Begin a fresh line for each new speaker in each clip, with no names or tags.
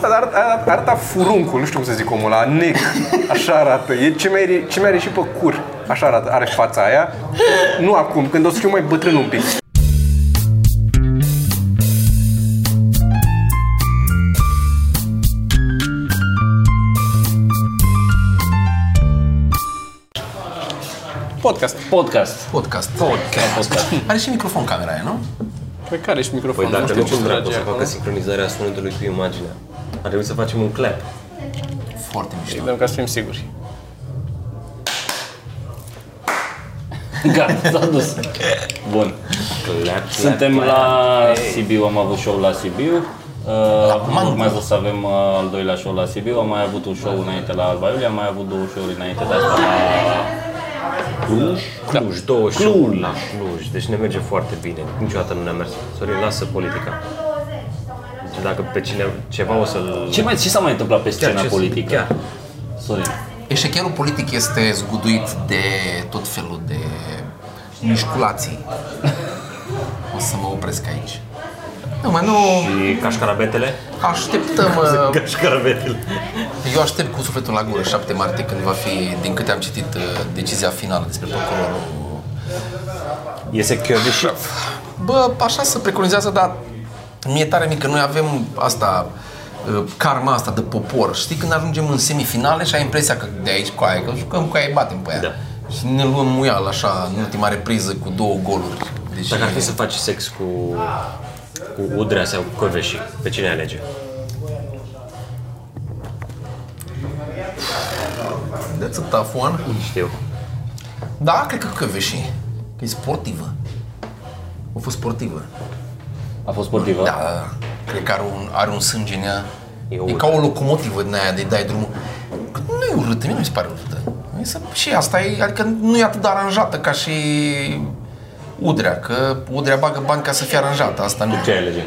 ăsta dar arată, arată furuncul, nu știu cum să zic omul ăla, nec, așa arată. E ce mai, are- ce mai are și pe cur, așa arată, are fața aia. Nu acum, când o să fiu mai bătrân un pic. Podcast.
Podcast.
Podcast. Podcast. Are și microfon camera aia, nu?
Pe care ești
Păi
microfonul?
dacă nu cum dracu
trage
să
acolo.
facă sincronizarea sunetului cu imaginea. Ar trebui să facem un clap.
Foarte mișto.
Dăm ca să fim siguri.
Gata, s-a dus. Bun.
Clap, clap.
Suntem la Sibiu, am avut show la Sibiu. Uh, Acum urmează să avem uh, al doilea show la Sibiu. Am mai avut un show înainte la Alba Iulia, am mai avut două show-uri înainte de asta la
Cluj? Da. Cluj, 28 Cluj. la Cluj. Deci ne merge foarte bine. Niciodată nu ne-a mers. Sorin, lasă politica. Deci dacă pe cine, ceva o să-l...
Ce, mai, ce s-a mai întâmplat pe scena
ce-
politică?
chiar.
Sorin.
Eșecherul politic este zguduit de tot felul de mișculații. O să mă opresc aici. Nu, mă, nu...
Și cașcarabetele?
Așteptăm... uh,
Cașcarabetele.
Eu aștept cu sufletul la gură 7 martie când va fi, din câte am citit, uh, decizia finală despre procurorul
Iese Chiovișov.
Bă, așa se preconizează, dar mi-e tare mică. Noi avem asta, uh, karma asta de popor. Știi, când ajungem în semifinale și ai impresia că de aici cu aia, că jucăm cu aia, îi batem pe aia.
Da.
Și ne luăm muial așa, în ultima repriză, cu două goluri. Deci,
Dacă ar fi să faci sex cu, cu Udrea sau cu Coveși, pe cine alege?
that's a tough one.
Știu.
Da, cred că Căveșii. Că e sportivă. A fost sportivă.
A fost sportivă?
Da, cred că are un, are un sânge în ea.
E
E,
urât.
ca o locomotivă din aia de dai drumul. Nu e urâtă, mie nu mi se pare urâtă. Mi se- Și asta e, adică nu e atât de aranjată ca și Udrea, că Udrea bagă bani ca să fie aranjată, asta nu.
Ce ai alege?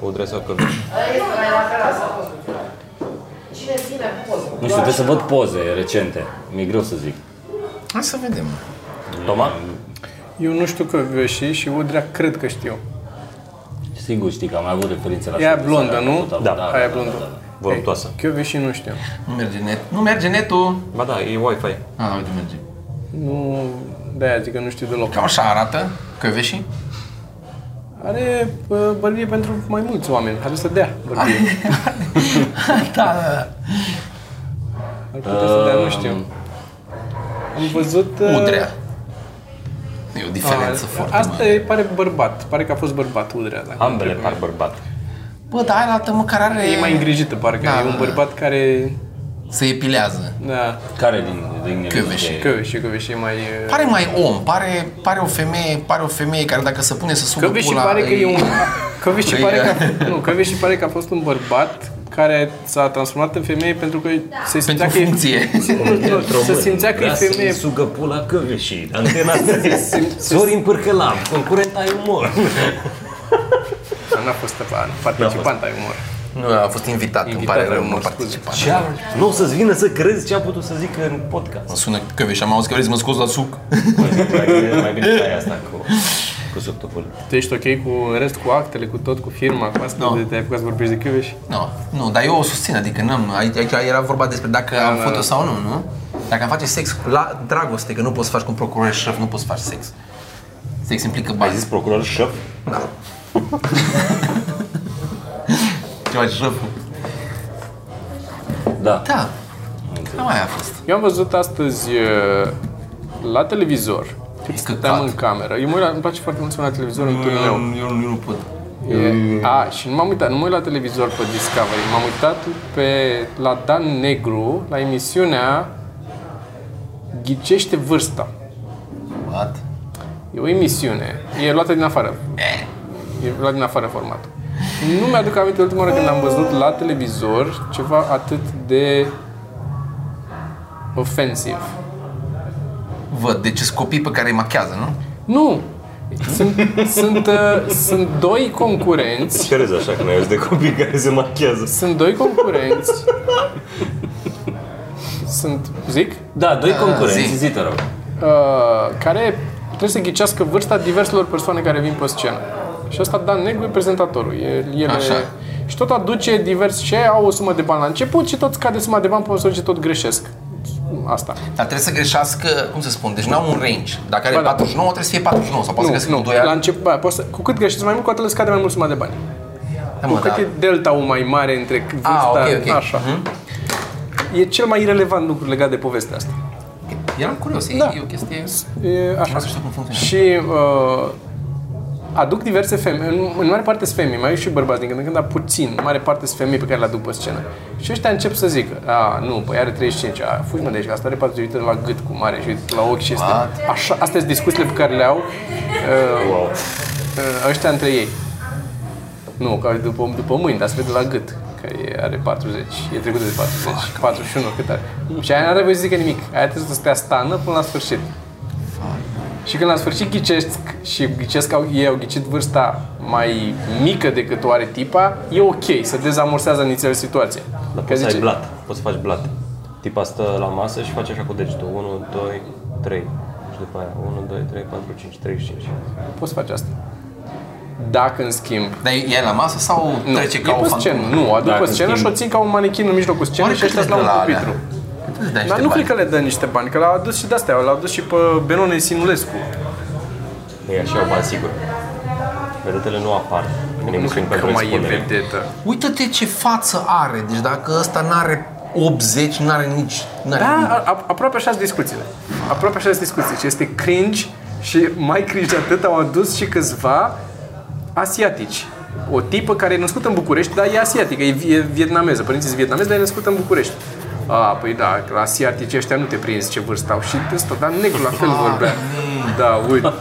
Udrea sau Coveși?
Nu știu, trebuie să văd poze recente. Mi-e greu să zic.
Hai să vedem.
Toma?
Eu nu știu că veșii și Udrea cred că știu.
Sigur știi că am mai avut referințe la
Ea e
show-ul
blondă,
seara
nu?
trecută.
Da,
Aia blondă.
Voluptoasă.
Chioveși nu știu.
Nu merge net. Nu merge netul.
Ba da, e Wi-Fi.
A, uite, merge.
Nu, de-aia zic că nu știu deloc.
Cam așa arată Căveșii.
Are bă, bărbie pentru mai mulți oameni. Ar să dea bărbie.
da, da, da.
Ar putea să dea, nu știu. Am văzut... uh,
Udrea. E o diferență
a-
foarte
Asta
mare.
e, pare bărbat. Pare că a fost bărbat Udrea. Dacă
Ambele par bărbat.
Bă, dar aia la altă măcar are...
E mai îngrijită, parcă.
Da,
e un
da.
bărbat care...
Se epilează.
Da,
Care din, din
Căveșii.
Căveși, Căveși e mai... uh,
Pare mai om, pare, pare o femeie, pare o femeie care dacă se pune să sugă
Căveși
pula...
pare că e un... Căveși
Îi-
pare că... Nu, Căveși pare că a fost un bărbat care s-a transformat în femeie pentru că se simțea
Pentru
că e...
funcție.
Nu, nu, se simțea că e
Lasă-i
femeie.
sugă pula Căveșii. Antena sim, Sorin Pârcălam, concurent ai umor.
N-a fost participant ai umor.
Nu, a fost invitat, îmi pare
Invitat,
rău,
mă
nu
scuze.
participat.
Ce a, nu o să-ți vină să crezi ce a putut să zică în podcast.
Mă sună Căveși, am auzit că vrei să mă scoți la suc.
Mai bine, mai bine stai asta cu, cu subtopul.
Tu ești ok cu în rest, cu actele, cu tot, cu firma, cu asta?
Nu.
De te-ai apucat să vorbești de Chiuveș?
Nu, nu, dar eu o susțin, adică n-am, aici, aici era vorba despre dacă am
da,
foto
da.
sau nu, nu? Dacă am face sex la dragoste, că nu poți să faci cu un procuror șef, nu poți să faci sex. Sex implică
Ai
bani.
zis procuror șef?
Da. Ce faci șef?
Da.
Da. Cam aia a fost.
Eu am văzut astăzi uh, la televizor, cât stăteam
Căcat.
în cameră. Eu mă uit la, îmi place foarte mult să mă uit la televizor în turneu.
eu nu pot.
E, a, și nu m-am uitat, nu mă uit la televizor pe Discovery, m-am uitat pe, la Dan Negru, la emisiunea Ghicește vârsta.
What?
E o emisiune, e luată din afară. E luată din afară formatul. Nu mi-aduc aminte ultima oară când am văzut la televizor ceva atât de ofensiv.
Văd, deci sunt copii pe care îi machează, nu?
Nu! Sunt, sunt, uh, sunt doi concurenți
Ce râzi așa când ai auzit de copii care se machează?
Sunt doi concurenți. Sunt, zic,
Da, doi concurenți,
zi.
zi te rog.
uh, care trebuie să ghicească vârsta diverselor persoane care vin pe scenă. Și asta Dan Negru e prezentatorul. El, el
Așa.
E, Și tot aduce divers ce au o sumă de bani la început și tot scade suma de bani pe măsură ce tot greșesc. Asta.
Dar trebuie să greșească, cum să spun, deci nu am un range. Dacă are
Ba da.
49, trebuie să fie 49 sau poate să crească
nu,
cu
nu.
2 ani.
La început, ba, poți să, cu cât greșești mai mult, cu atât le scade mai mult suma de bani.
Da,
Cu
mă,
cât
da.
e delta-ul mai mare între vârsta,
Ah, ok, ok.
așa. E cel mai irelevant lucru legat de povestea asta.
Eram curios, e,
Da.
e o chestie...
E așa.
Vreau să știu cum funcționează.
Și uh, aduc diverse femei, în, în mare parte sunt femei, mai e și bărbați din când în când, dar puțin, în mare parte sunt femei pe care le aduc pe scenă. Și ăștia încep să zică, a, nu, păi are 35, a, fugi mă de aici, că asta are 40, uite la gât cum are și uite la ochi și este.
What?
Așa, astea sunt discuțiile pe care le au uh, wow. uh, ăștia între ei. Nu, că după, după mâini, dar se vede la gât că e, are 40, e trecut de 40, 41, cât are. Și aia n-are voie să zică nimic, aia trebuie să stea stană până la sfârșit. Și când la sfârșit ghicesc și ghicesc că au- ei au ghicit vârsta mai mică decât o are tipa, e ok, să dezamorsează inițial situația.
Dar poți să ai blat, poți să faci blat. Tipa stă la masă și face așa cu degetul. 1, 2, 3. Și după aia 1, 2, 3, 4, 5, 35.
poți să faci asta. Dacă, în schimb,
Dar e e la masă sau
nu,
trece ca
e
o
pe
fantomă?
scenă, nu, o aduc
Dacă,
pe
în
scenă și
schimb-
o țin ca un manechin în mijlocul scenei și
Oricât
ăștia
de
la un
la alea.
pupitru.
Cât îți dai
Dar
niște
nu cred
bani?
că le dă niște bani, că l-au adus și de-astea, l-au adus și pe Benone Sinulescu.
E așa o bani sigur.
Deci
Vedetele nu apar în
Nu
emisiuni
cred că
pentru
mai e
expunere.
vedetă.
Uită-te ce față are, deci dacă ăsta n-are 80, n-are nici... N-are
Da,
nimic.
a- a- aproape așa sunt discuțiile. Aproape așa sunt discuții. Și este cringe și mai cringe atât au adus și câțiva asiatici. O tipă care e născută în București, dar e asiatică, e, vi- e vietnameză. Părinții sunt vietnamezi, dar e născută în București. A, păi da, la asiatici ăștia nu te prinzi ce vârstă au și ăsta, dar negru la fel vorbea. Da, uite.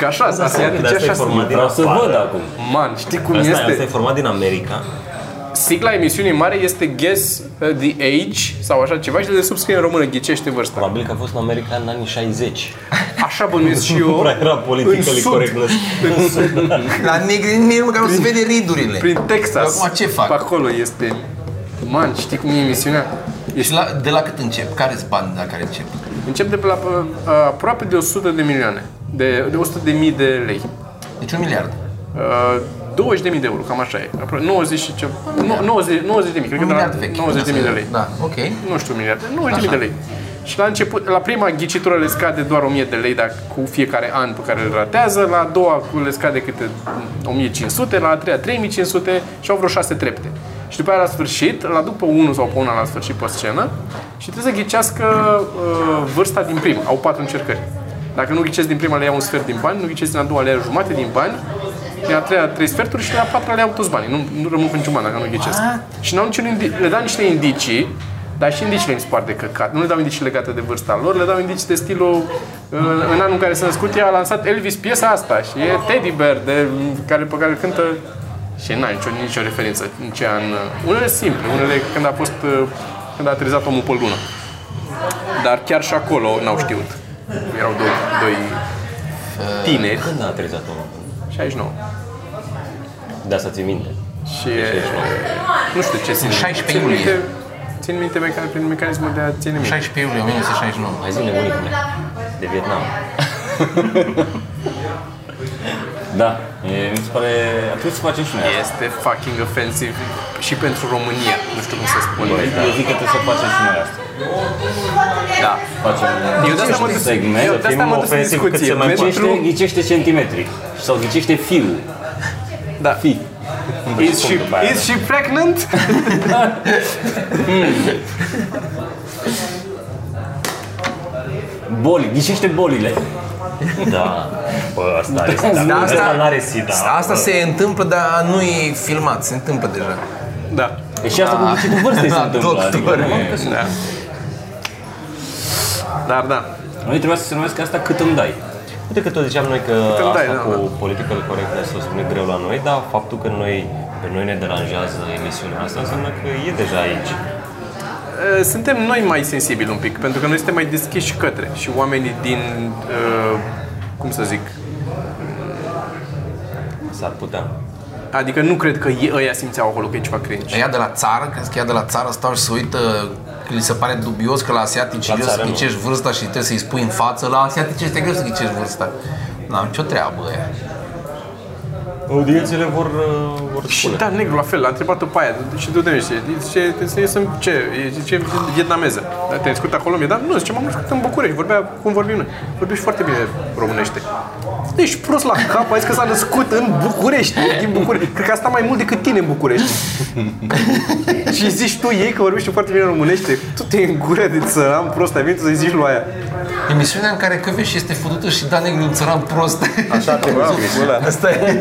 Că așa, sunt
De
asiatici
asta e
așa
format
sunt.
din
Vreau să
afară.
văd acum.
Man, știi cum
Asta, asta e
este?
format din America.
Sigla emisiunii mare este Guess uh, the Age sau așa ceva și le subscrie în română, ghicește vârsta.
Probabil că a fost în America în anii 60.
Așa bănuiesc și
Nu
eu.
prea era
în
politically
sud.
correctness.
În sud,
La negri nici măcar nu se vede ridurile.
prin Texas.
Eu acum ce fac?
Pe acolo este... Man, știi cum e emisiunea?
Deci la, de la cât încep? Care-s bani la care încep?
Încep de pe la uh, aproape de 100 de milioane. De, de 100 de mii de lei.
Deci un miliard.
Uh, 20 de mii de euro, cam așa e. Apro- 90 și ce... nu- 90, 90 de mii, cred
Un
că
miliard
de
vechi.
la 90 de mii de lei.
Da, ok.
Nu știu, miliarde, 90 de mii de lei. Și la început, la prima ghicitură le scade doar 1000 de lei dacă, cu fiecare an pe care îl ratează, la a doua cu- le scade câte 1500, la a treia 3500 și au vreo 6 trepte. Și după aia la sfârșit, îl aduc pe unul sau pe una la sfârșit pe scenă și trebuie să ghicească uh, vârsta din prima. Au patru încercări. Dacă nu ghicesc din prima, le iau un sfert din bani, nu ghicesc din a doua, le iau jumate din bani, din a treia trei sferturi și la a patra le iau toți banii. Nu, nu rămân cu niciun bani dacă nu ghicesc.
What?
Și n-au niciun indi- le dau niște indicii, dar și indiciile îmi spart de căcat. Nu le dau indicii legate de vârsta lor, le dau indicii de stilul... uh, În anul în care s-a născut, ea a lansat Elvis piesa asta și e Teddy Bear, de, care, pe care îl cântă și n-ai nicio, nicio referință în ce an. Unele simple, unele când a fost uh, când a aterizat omul pe lună. Dar chiar și acolo n-au știut. Erau doi, doi tineri,
Când a aterizat omul?
69.
De asta ți minte.
Și e, nu știu ce țin.
16
țin
iulie.
minte, țin minte meca- prin mecanismul de a ține minte.
16 iulie 1969.
Hai zi-ne unicule. Păi, De Vietnam.
Da, e, mi se pare... Trebuie să facem și noi asta.
Este fucking offensiv și pentru România, nu știu cum să spun.
Eu zic că trebuie să facem și noi asta.
Da.
Facem
Eu de asta mă duc,
segment,
eu
să
de asta
fim
mă duc în
ofensiv cât
discuție.
se mai
Ghicește,
Pentru,
ghicește centimetri. Sau ghicește fiul.
da.
Fi.
Is she,
după aia,
is she pregnant?
Boli, ghicește bolile.
Da. Bă, asta are
Da,
sida.
asta-
Asta n-are da. sida.
Asta se întâmplă, dar nu e filmat, se întâmplă deja.
Da.
E și asta cu ghicitul vârstei se
Da,
întâmplă. adică
doctor.
nu e-
da. Dar da.
Noi trebuia să se numesc asta cât îmi dai.
Uite că tot ziceam noi că
Cât îmi dai,
asta
da,
cu
da.
political correctness o să ne greu la noi, dar faptul că noi, pe noi ne deranjează emisiunea asta înseamnă că e deja aici.
Uh, Suntem noi mai sensibili un pic, pentru că noi suntem mai deschiși către și oamenii din, uh, cum să zic,
S-ar putea.
adică nu cred că ei, ăia simțeau acolo că e ceva cringe.
Ea de la țară, crezi că ea de la țară stau și se uită că li se pare dubios că la asiatici e
La
greu să
țară nu.
ghicești vârsta și trebuie să-i spui în față, la asiatici este greu să ghicești vârsta. N-am nicio treabă ea.
Audiențele vor, uh, vor
Și
spune.
Dan Da, Negru la fel, l-a întrebat-o pe aia, și tu de unde știi? Zice, zice, eu sunt ce? E- Zice, vietnameză. Dar te-ai născut acolo în Vietnam? Nu, zice, m-am născut în București, vorbea cum vorbim noi. Vorbești foarte bine românește. Ești prost la cap, ai zis că s-a născut în București, din București. Cred că asta mai mult decât tine în București. și zici tu ei că vorbește foarte bine românește. Tu te în gură de țăran prost, ai venit să-i zici lui aia.
Emisiunea în care Căveș este futută și Dan Negru un țăran prost.
Așa te uiți,
Asta e.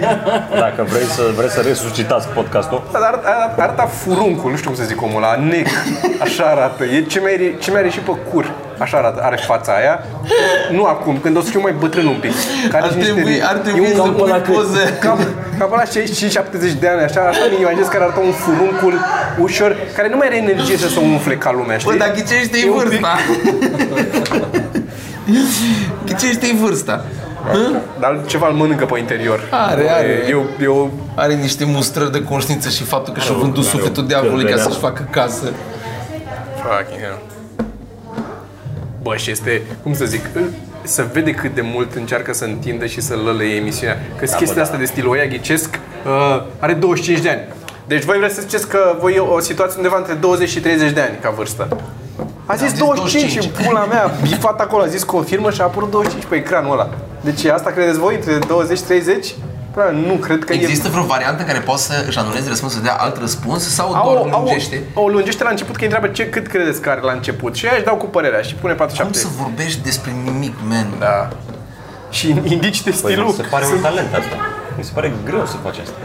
Dacă vrei să, vreți să resuscitați podcastul,
Dar ar- ar- arăta furuncul, nu știu cum să zic omul ăla, neg, așa arată. E ce mai, are- ce mai are și pe cur, așa arată, are fața aia. Nu acum, când o să fiu mai bătrân un pic. Care
Ar trebui, ar trebui să pui poze.
Cam, cam la 65-70 de ani, așa, așa mi imaginez că arată un furuncul ușor, care nu mai are energie să se umfle ca lumea, știi?
Bă, dar ghicește-i
E un pic-
vârsta. ghicește-i vârsta.
Dar ceva îl mănâncă pe interior.
Are, are.
E, e, o- e o
Are niște mustrări de conștiință și faptul că și-a vândut sufletul diavolului ca
căldere.
să-și facă casă.
Fucking hell. Bă, și este, cum să zic, îl- să vede cât de mult încearcă să întindă și să lălăie emisiunea. Că da, chestia
da.
asta de stilul ăia ghicesc uh, are 25 de ani. Deci voi vreți să ziceți că voi e o situație undeva între 20 și 30 de ani ca vârstă. A zis,
zis
25 și
25.
pula mea, bifat acolo, a zis confirmă și a apărut 25 pe ecranul ăla. Deci asta credeți voi între 20 și 30? Pula, mea, nu cred că e
Există vreo variantă în care poți să își anulezi răspunsul, să dea alt răspuns sau doar o lungește?
O, o lungește la început, că îi întreabă ce, cât credeți că are la început. Și aia își dau cu părerea și pune 47.
Cum să vorbești despre nimic, man?
Da. Și indici de
păi
stilul.
mi se pare un
sunt-
talent asta. Mi se pare greu să faci asta.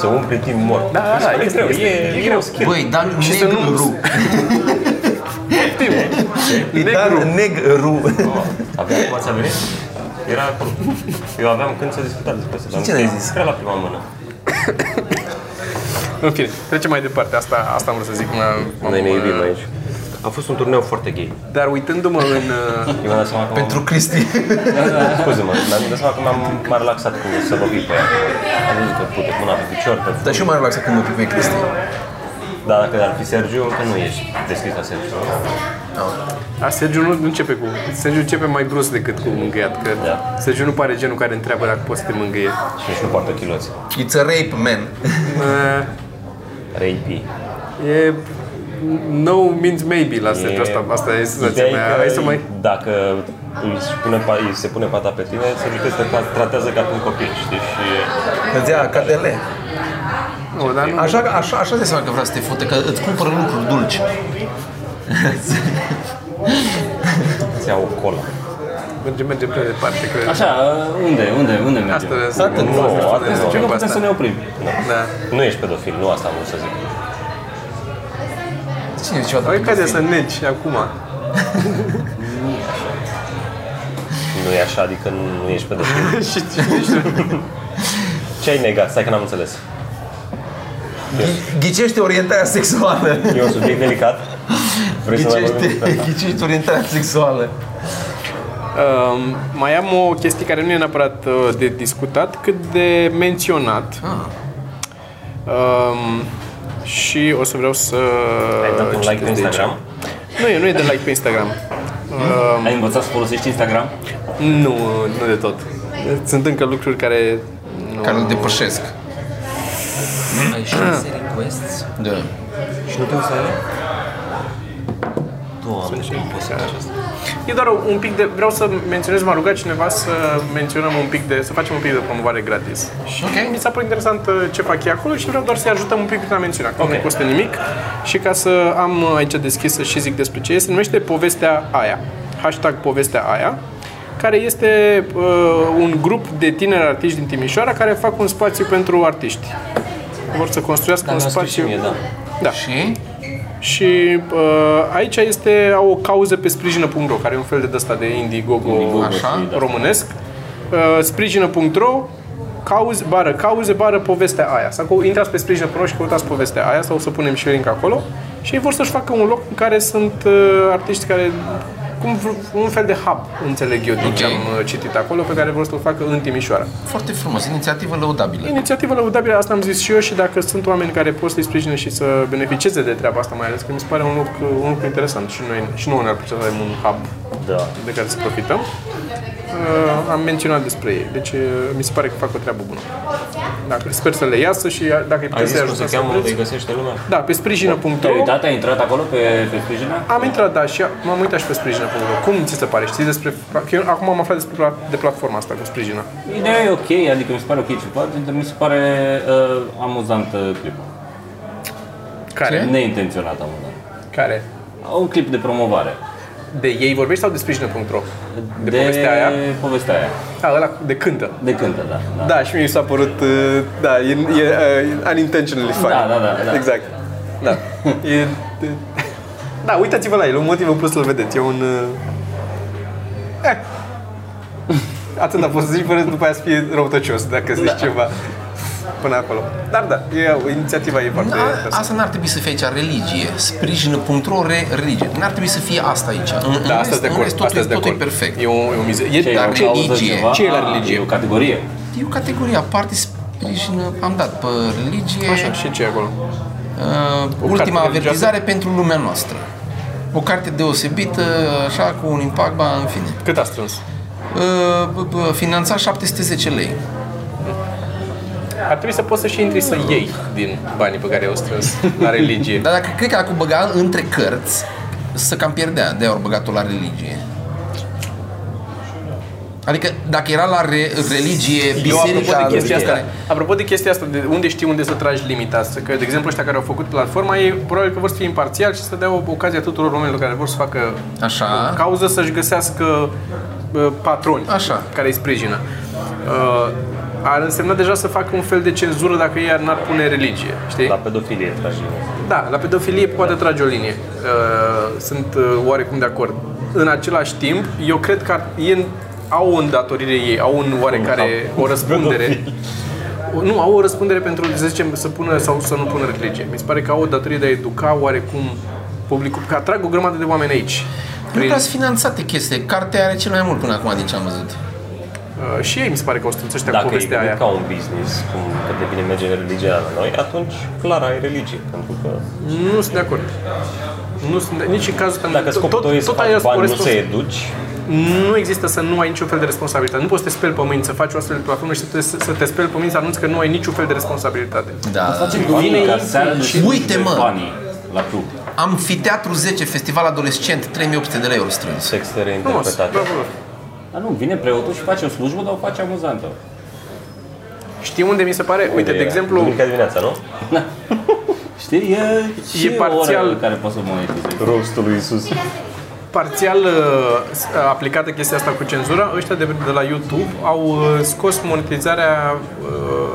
Să umpli timp mort.
Da, da,
Mi se pare
este-
greu.
este-
Da. e, e, e, o skill.
Băi, dar
Și să nu-
negru.
Negru.
negru.
Oh.
Avea cum ați venit? Era acolo. Eu aveam când să discutat despre asta. dar
ce
nu
ne-ai
știu.
zis?
Era la prima mână.
În fine, trecem mai departe. Asta, asta am vrut să zic. M-am,
Noi da. ne
m-am,
iubim
uh,
aici. A fost un turneu foarte gay.
Dar uitându-mă în... uh,
Eu mi-am dat seama că
Pentru Cristi.
Scuze-mă, dar mi-am dat seama că m-am m-am relaxat cu să vă pic pe ea. Am văzut că pute mâna pe picior, pe
Dar și eu mai relaxat când mă pic pe Cristi.
Dar dacă ar fi Sergiu, că nu ești deschis la Sergiu.
uh, A, Sergiu nu, nu începe cu... Sergiu începe mai brusc decât cu mângâiat. Că
Da.
Sergiu nu pare genul care întreabă dacă poți să te mângâie.
Și nici nu poartă chiloți.
It's a rape, man.
Uh,
Rapey.
E... No means maybe la set asta. Asta e senzația
Ideea e
mea.
că
Hai să mai...
Dacă îi, se pune, pa- îi se pune pata pe tine, Sergiu te tra- tratează ca pe un copil, știi? Și
Îți ia KDL.
Nu, dar nu...
Așa, așa, așa de seama că vrea să te fute, că îți cumpără lucruri dulci.
îți ia o cola.
Mergem, mergem prea departe, cred.
Așa, unde, unde, unde mergem?
Asta vreau să
Atât,
zic.
nu,
Asta vreau să
atât,
zic.
cred că
Asta.
putem să ne oprim.
Da.
Nu ești pedofil, nu asta am vrut să zic.
Cine zice
Păi
odată?
cade să negi acum.
Nu e așa, adică nu, nu ești pedofil.
și, și, și,
Ce ai negat? Stai că n-am înțeles.
Ghicește orientarea sexuală.
E un subiect delicat. Vrei să mai vorbim despre
Ghicește,
asta?
ghicește orientarea sexuală.
Um, mai am o chestie care nu e neapărat uh, de discutat, cât de menționat.
Ah.
Um, și o să vreau să...
Ai dat un like pe
citesc de aici.
Instagram?
Nu e, nu e de like pe Instagram.
Ai învățat să folosești Instagram?
Nu, nu de tot. Sunt încă lucruri care... Nu.
Care îl depășesc. Ai 6 requests? Da.
Și nu te uiți la ele? Doamne, nu pot să fac asta.
E doar un pic de... Vreau să menționez, m-a rugat cineva să menționăm un pic de... Să facem un pic de promovare gratis. Și
Ok.
mi s-a părut interesant uh, ce fac ei acolo și vreau doar să-i ajutăm un pic prin a menționa, că nu ne costă nimic. Și ca să am uh, aici deschis să și zic despre ce este, se numește Povestea Aia. Hashtag Povestea Aia care este uh, un grup de tineri artiști din Timișoara care fac un spațiu pentru artiști. Vor să construiască
Dar
un
mi-a scris și
spațiu.
mie, da.
da.
Și?
Și uh, aici este au o cauză pe sprijină.ro, care e un fel de ăsta de Indiegogo,
Așa.
da. românesc. Uh, sprijină.ro, cauz, bară, cauze, bară, povestea aia. Sau că intrați pe sprijină.ro și căutați povestea aia sau o să punem și link acolo. Și ei vor să-și facă un loc în care sunt uh, artiști care cum v- un fel de hub, înțeleg eu din ce am uh, citit acolo, pe care vor să-l facă în Timișoara.
Foarte frumos, inițiativă lăudabilă.
Inițiativă lăudabilă, asta am zis și eu și dacă sunt oameni care pot să-i sprijine și să beneficieze de treaba asta mai ales, că mi se pare un loc, un lucru interesant și noi și nouă ne-ar plăcea să avem un hub
Da.
de care să profităm. uh, am menționat despre ei. Deci uh, mi se pare că fac o treabă bună. Dacă, sper să le iasă și uh, dacă îi
Ai
puteți
zis
să-i
cum se
ajutați să
cheamă, da. unde îi
vreți.
găsește lumea?
Da, pe sprijină.ro
Prioritatea a intrat acolo pe, pe sprijină?
am intrat, da, și m-am uitat și pe sprijină.ro. Cum ți se pare? Știi despre... Că eu acum am aflat despre pla- de platforma asta cu sprijină.
Ideea e ok, adică mi se pare ok ce face, dar mi se pare uh, amuzantă clipul.
Care?
Neintenționat amuzant.
Care?
Un clip de promovare.
De ei vorbești sau de sprijină.ro? De,
de
povestea aia?
Povestea aia.
A, Da, ăla de cântă.
De cântă, da. Da,
Da, și mie mi s-a părut, uh, da, e, e uh, unintentionally funny.
Da, da, da, da.
Exact. Da. E, e, da, uitați-vă la el, un motiv în plus să-l vedeți. E un... uh, Eh. Atât a fost să zici, fără după aia să fie răutăcios, dacă zici da. ceva până acolo. Dar da, e, inițiativa e foarte...
Da, asta n-ar trebui să fie aici religie. Sprijină.ro re- religie. N-ar trebui să fie asta aici. În,
Da,
în
asta
rest-
de
în
acord.
rest totul,
Asta
e-
de
totul e
acord.
perfect.
E o, e o mizerie. E,
Ce e,
dar
o
ce-
cauză
religie?
Ceva?
Ce Da. e la
Ah,
religie?
E o categorie.
E o categorie aparte sprijină, am dat pe religie,
Așa, și ce e acolo?
uh,
carte
ultima
religioasă.
avertizare pentru lumea noastră. O carte deosebită, așa, cu un impact, ba, în fine.
Cât a strâns?
Uh, bă, bă, finanțat 710 lei.
Ar trebui să poți să și intri să iei din banii pe care i-au strâns la religie.
Dar dacă cred că dacă o băga între cărți, să cam pierdea, de ori băgat-o la religie. Adică dacă era la re- religie,
Eu, apropo
biserica,
de chestia asta,
care-
apropo de chestia asta, de unde știi unde să tragi limita asta, că, de exemplu, ăștia care au făcut platforma, ei probabil că vor să fie imparțiali și să dea o ocazia tuturor oamenilor care vor să facă
Așa.
cauză să-și găsească uh, patroni
Așa.
care îi sprijină. Uh, ar însemna deja să facă un fel de cenzură dacă ei n-ar pune religie, știi?
La pedofilie, tragi.
Da, la pedofilie poate trage o linie. Uh, Sunt uh, oarecum de acord. În același timp, eu cred că ar- ei au o îndatorire ei, au un oarecare, o răspundere. O- Nu, au o răspundere pentru, să zicem, să pună sau să nu pună religie. Mi se pare că au o datorie de a educa oarecum publicul, că atrag o grămadă de oameni aici.
Nu
Prin,
Da.
prea sunt finanțate chestii. Cartea are cel mai mult până acum din ce am văzut.
uh, și ei mi se pare că o strâns ăștia cu
Dacă e
povestea
gândit
aia.
ca un business, cum cât de bine merge religia la noi, atunci clar ai religie, pentru că
Nu sunt de acord. Nu sunt de, nici în cazul tău.
dacă scopul tău e să faci bani, nu să educi,
nu există să nu ai niciun fel de responsabilitate. Nu poți să te speli pe mâini, să faci o astfel de platformă și să te, să te speli pe mâini, să anunți că nu ai niciun fel de responsabilitate.
Da.
Vine ca seara
și- Uite, mă!
Banii la club.
Amfiteatru 10, festival adolescent, 3800 de lei ori strâns.
texte
Frumos,
reinterpretate.
bravo.
Dar nu, vine preotul și face o slujbă, dar o face amuzantă.
Știi unde mi se pare? Uite, de
era?
exemplu,
Duminica dimineața, nu?
Știi, e, și o oră
parțial-
care poți să monetizezi.
Rostul lui Isus.
parțial uh, s- aplicată chestia asta cu cenzura, ăștia de, de la YouTube au uh, scos monetizarea uh,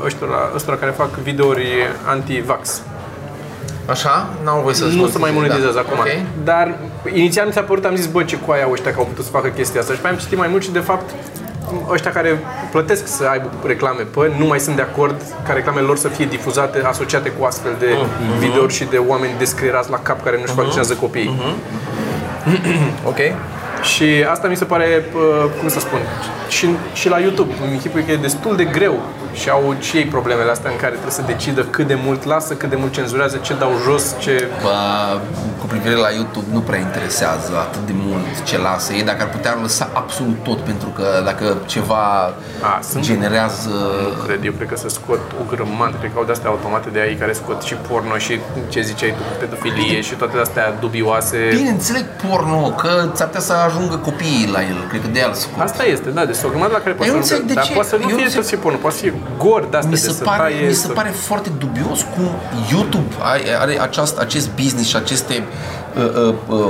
ăștora, ăstora care fac videouri anti-vax.
Așa? N-au voie să
Nu se mai monetizează
da.
acum.
Ok.
Dar inițial mi s-a părut, am zis, bă, ce coaia au ăștia că au putut să facă chestia asta. Și pe am citit mai mult și, de fapt, ăștia care plătesc să aibă reclame pe, nu mai sunt de acord ca reclamele lor să fie difuzate, asociate cu astfel de videouri și de oameni descrierați la cap care nu-și vaccinează copiii. Mm-hmm. ok? Și asta mi se pare, pă, cum să spun, și, și la YouTube, îmi închipui că e destul de greu și au și ei problemele astea în care trebuie să decidă cât de mult lasă, cât de mult cenzurează, ce dau jos, ce
Bă, cu privire la YouTube nu prea interesează atât de mult ce lasă ei, dacă ar putea lăsa absolut tot, pentru că dacă ceva
A, sunt-
generează...
Cred, eu cred că să scot o grămadă, cred că au de-astea automate de AI care scot și porno și ce ziceai tu, pedofilie și toate astea dubioase.
Bine, înțeleg porno, că ți-ar putea să ajungă copiii la el, cred că de el scot.
Asta este, da, deci sunt o grămadă la care poți
Eu
să
nu înțeleg
ajungă,
de
dar
ce-
poate să nu
eu nu
fie
înțeleg-
tot ce porno, poate să fie gor de astea
Mi
de
se,
să
pare,
taie,
mi se
să-
pare foarte dubios cum YouTube are, are aceast, acest business și aceste uh, uh, uh,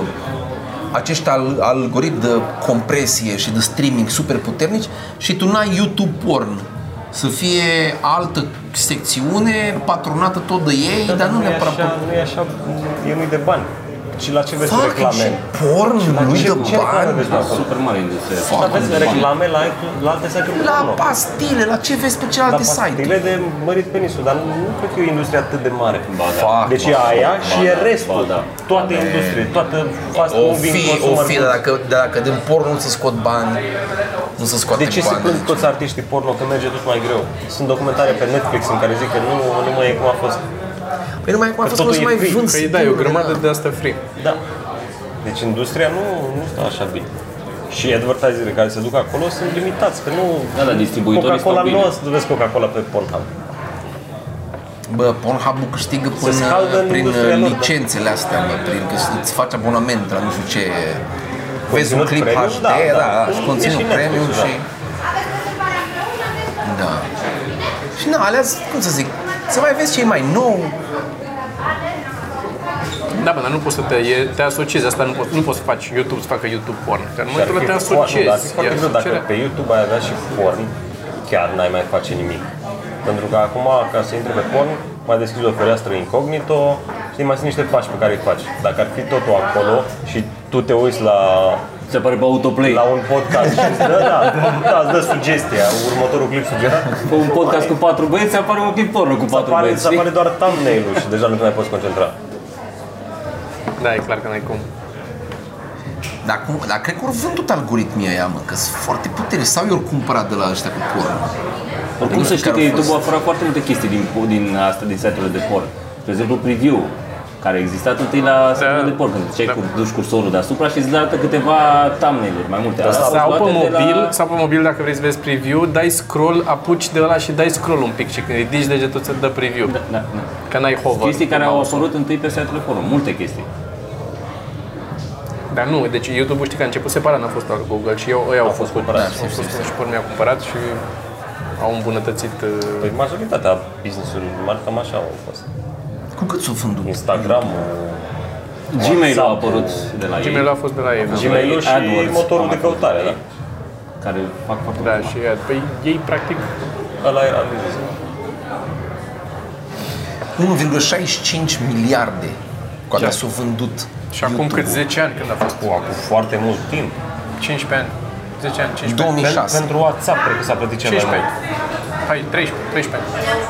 acești al, algoritmi de compresie și de streaming super puternici și tu n-ai YouTube porn să fie altă secțiune patronată tot de ei, dar, nu
e
neapărat
așa,
porn.
Da, nu e așa, e nu de bani. Și la ce vezi
Fuck, și
reclame?
porn lui
ce-
de
ce reclame
bani?
vezi acolo?
Da, Super mare industrie.
Și
Fuck,
aveți
bani.
reclame la, la alte site-uri
La
acolo.
pastile, la ce vezi pe celelalte site?
pastile de mărit penisul, dar nu cred că e o industrie atât de mare.
Ba da.
Fuck,
Deci
mă,
e aia
ba
și e
da,
restul.
ba da.
Toate industrie, toată fast
O
moving
fi, o
consumer
fi,
goods.
dar dacă, dar dacă din porn nu se scot bani, nu se scoate
De ce se
bani.
plâng toți artiștii porno că merge tot mai greu? Sunt documentare pe Netflix în care zic că nu, nu mai e cum a fost.
Păi numai acum a
Că
fost că
totul
să
e
mai da.
free.
vând
Păi da, e o grămadă de asta free.
Da. Deci industria nu, nu stă așa bine. Și advertiserile care se duc acolo sunt limitați, că nu...
Da, dar distribuitorii
Coca-Cola
stau
nu
bine.
o să vezi Coca-Cola pe Pornhub.
Bă, Pornhub câștigă până
scaldă în
prin uh,
industria lor, da.
licențele astea, bă, prin că îți faci abonament la nu știu ce... Vezi un
Conținut
clip
premium?
HD,
Da, da.
da, da, și
E
conținut
și Netflix,
premium
da.
și... Da. Și na, alea, sunt, cum să zic, să mai vezi ce e mai nou,
Da, bă, dar nu poți să te, e, te asociezi, asta nu poți, nu poți să faci YouTube, să facă YouTube porn. Că în momentul ăla te asociezi.
Porn, dar
e
foarte greu dacă
asocierea.
pe YouTube ai avea și porn, chiar n-ai mai face nimic. Pentru că acum, ca să intri pe porn, mai deschizi o fereastră incognito, știi, mai sunt niște pași pe care îi faci. Dacă ar fi totul acolo și tu te uiți la
Se pare pe autoplay.
la un podcast și îți dă, da, da, îți dă sugestia, următorul clip sugerat,
Pe un podcast cu patru băieți apare un clip porno cu patru
apare,
băieți.
îți apare doar thumbnail-ul și deja nu te mai poți concentra.
Da, e clar că n-ai cum.
Dar, cum, dar cred că ori vând tot algoritmii ăia, mă, că sunt foarte puternici. Sau eu ori cumpărat de la ăștia cu porn.
Oricum să știi că
Care au fost?
YouTube a oferă foarte multe chestii din, din, asta, din site-urile de porn. De exemplu, preview care a existat întâi la site-urile de porn, când ziceai
Da.
cu duci cursorul deasupra și îți arată câteva thumbnail-uri, mai multe. Asta
Da, Sau pe mobil,
La...
sau pe mobil dacă vrei să vezi preview, dai scroll, apuci de ăla și dai scroll un pic și când ridici degetul ți dă preview.
Da, da, da.
Că n-ai hover.
Chestii care
pe
au
mouse.
apărut întâi pe site-urile porn, multe chestii.
Dar nu, deci YouTube-ul știi că a început separat, n-a fost al Google și eu, ăia au fost cumpărați. Au fost și porn mi-a cumpărat și au îmbunătățit uh,
Păi majoritatea business-ului mari cam așa au fost.
Cu cât s-o vândut?
Instagram-ul,
Gmail a apărut de la ei,
Gmail a fost de la ei. da.
Gmail-ul și
AdWords,
motorul
am
de căutare, da.
care fac foarte
Da,
mult.
și ea- păi, ei practic
Ăla era business.
1,65 miliarde. Cu atât s-o vândut.
și acum cât 10 ani când a fost?
Cu acum foarte mult timp.
15 ani. 10 ani, 15 ani.
2006.
Pentru WhatsApp cred că s-a plătit
Da,
cel mai
15
mult.
ani. Hai, 13, 13 ani.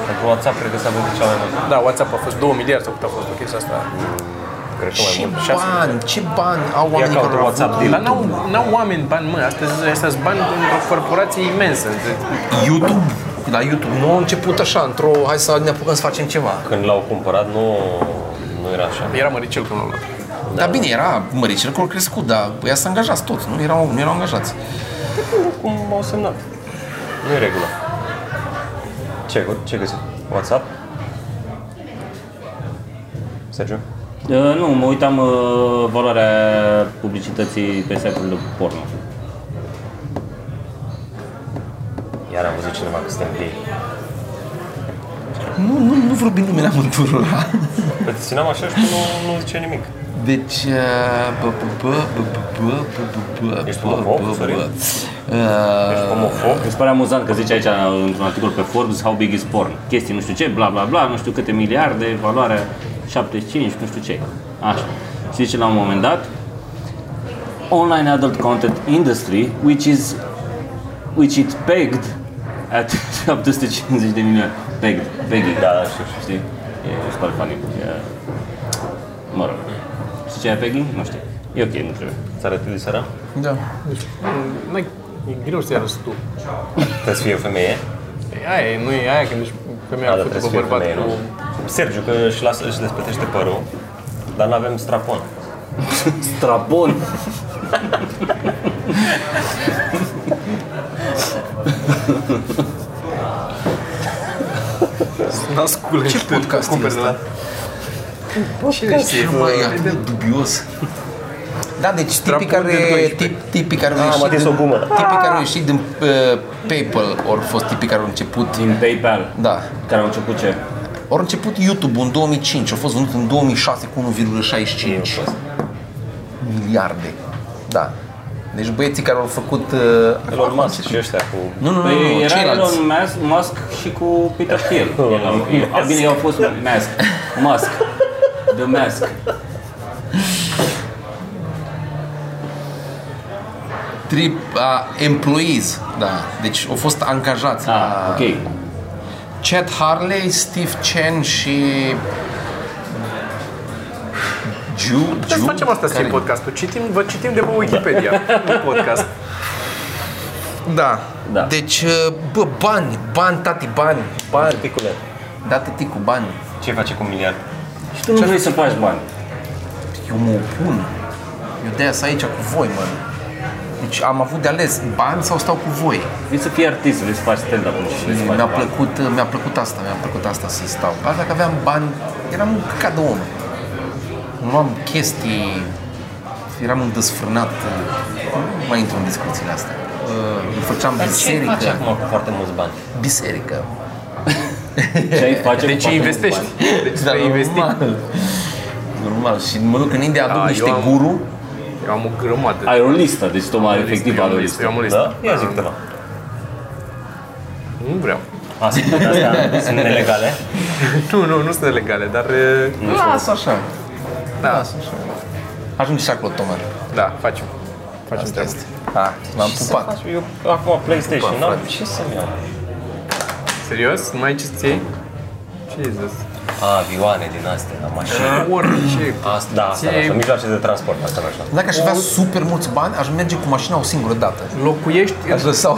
Pentru WhatsApp cred că s-a plătit cel mai mult.
Da, WhatsApp a fost 2 miliarde sau cât a fost o chestia asta.
Cred că mai
Ce
mult.
bani, ce bani au oamenii
caută
care au
WhatsApp
avut
deal.
Dar n-au, n-au oameni bani, mă, astăzi astea sunt bani într-o corporație imensă. înțelegi?
YouTube? La YouTube nu au început așa, într-o, hai să ne apucăm să facem ceva.
Când l-au cumpărat nu, nu era așa.
Era măricel până la urmă.
Da.
Dar bine, era măricel că au crescut, dar ea s-a angajați toți, nu erau, nu erau angajați.
Cum au semnat. Nu e regulă. Ce, ce găsi? WhatsApp? Sergiu?
Uh, nu, mă uitam uh, valoarea publicității pe site-urile porno.
Iar am văzut cineva că suntem gay.
Nu, nu, nu vorbim numele amândurora.
Păi te țineam așa și tu nu, nu zice nimic.
Deci, uh, bă, bă, bă, bă, bă, bă, bă, bă,
Ești
bă,
homofob,
bă, bă.
Sorin?
Uh,
Ești homofob?
Îți pare amuzant că zice aici într-un articol pe Forbes How big is porn? Chestii nu știu ce, bla bla bla, nu știu câte miliarde, valoarea 75, nu știu ce. Așa. Și zice la un moment dat Online adult content industry, which is which it pegged at 750 de milioane. Pegged, pegging.
Da, da, știu, știu.
Știi? E super funny. E... Mă rog. Știi ce e pegging? Nu știu. E ok, nu trebuie.
Ți arăt de seara?
Da.
Nu, Mm, e greu să-i arăți tu.
Trebuie să fie o femeie.
E, Aia e, nu e aia, când ești femeia
Da,
a
dar
făcut
trebuie să
pe
fie
bărbat
femeie,
cu...
nu? Sergiu, că își, lasă, își despletește părul, dar nu avem strapon.
Strabon.
Nascule.
Ce podcast e ăsta?
Cine știe?
Bă, e atât de dubios. Da, deci tipii
Strapul
care,
de 12.
tip, tipii care
Ah,
au ieșit,
atins o gumă.
tipii care au ieșit din uh, PayPal, ori fost tipii care au început,
Din PayPal.
da,
Care au început ce?
ori început YouTube în 2005, au fost vândut în 2006 cu 1,65 miliarde. Da. Deci băieții care au făcut... Uh,
Elon Musk și ăștia cu...
nu, nu, nu,
Păi
Ah.
nu,
era
ceilalți.
Elon Musk, Musk și cu Peter Thiel.
Elon
Erau-
Musk.
A, bine, eu au fost Musk. Musk. The Musk.
Trip, uh, employees, da. Deci au fost angajați. la-
Ah, ok.
Chad Harley, Steve Chen și... Ju,
Deci
Ju,
facem asta
care-
în podcastul. Citim, vă citim de pe Wikipedia, în podcast.
Da.
Da.
Deci, bă, bani, bani, tati, bani, bani.
Articule.
Da, tati, cu bani.
Ce face cu un miliard?
Și tu nu vrei să faci bani.
Eu mă opun. Eu de să aici cu voi, mă. Deci am avut de ales bani sau stau cu voi.
Vrei să fii artist, vrei să faci stand-up, nu știu, vrei să faci
Păi, Mi-a
bani.
plăcut, mi-a plăcut asta, mi-a plăcut asta să stau. Dar dacă aveam bani, eram un căcat de om. Nu am chestii, eram un desfrânat. Nu mai intru în discuțiile astea. Uh, Îmi făceam
Dar ce faci
biserică.
acum cu foarte mulți bani?
Biserică.
Ce ai face
De
cu
ce
foarte
investești?
mulți
Dar
Să investi.
Normal. normal. Și mă duc în India, aduc
Da,
niște
eu am-
guru.
Eu am o grămadă.
bani? Ai o listă, deci tu mai efectiv
Eu am
ai
o
o
listă,
listă.
eu am o listă.
Da? Ia zic ceva.
Nu vreau.
Asta, astea Ah, sunt nelegale.
Nu, nu, nu sunt legale, dar... e,
Lasă așa.
Da,
Ajungi și acolo, Tomer.
da, facem. Facem
Asta
treabă.
este. Ha, l-am pupat.
Eu acum PlayStation,
Bă,
n-am
frate.
ce să-mi iau.
Serios? Nu mai ai ce să iei? Jesus.
A, avioane din astea, la mașini.
Orice.
Asta, da, asta,
Ce-
asta, mijloace de transport, asta așa.
Dacă aș avea super mulți bani, aș merge cu mașina o singură dată.
Locuiești
Aș lăsa,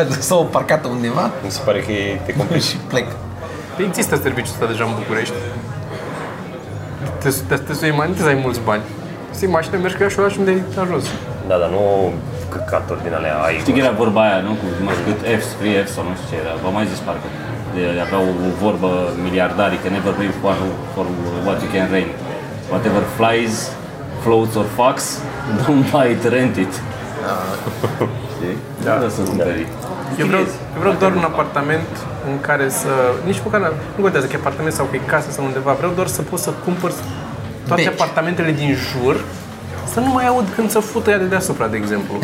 aș lăsa o parcată undeva
Mi se pare că e, te complici.
și plec.
Păi Există serviciul ăsta deja în București. Te, te, te sui mai, nu trebuie să ai mulți bani. Să iei mașină, mergi cu ea și o lași unde ai ajuns.
Da, dar nu căcaturi din alea ai.
Știi că era vorba aia, nu? Cu mă cât F, scrie F sau nu știu ce era. V-am mai zis parcă. De, avea o, o vorbă miliardarică, never pay for, for what you can rain. Whatever flies, floats or fucks, don't buy it, rent it. Știi? Da. Nu să cumperi.
Eu vreau, eu vreau doar un apartament în care să... Nici măcar n- nu contează că e apartament sau că e casă sau undeva. Vreau doar să pot să cumpăr toate
Deci.
apartamentele din jur să nu mai aud când să fută ea de deasupra, de exemplu.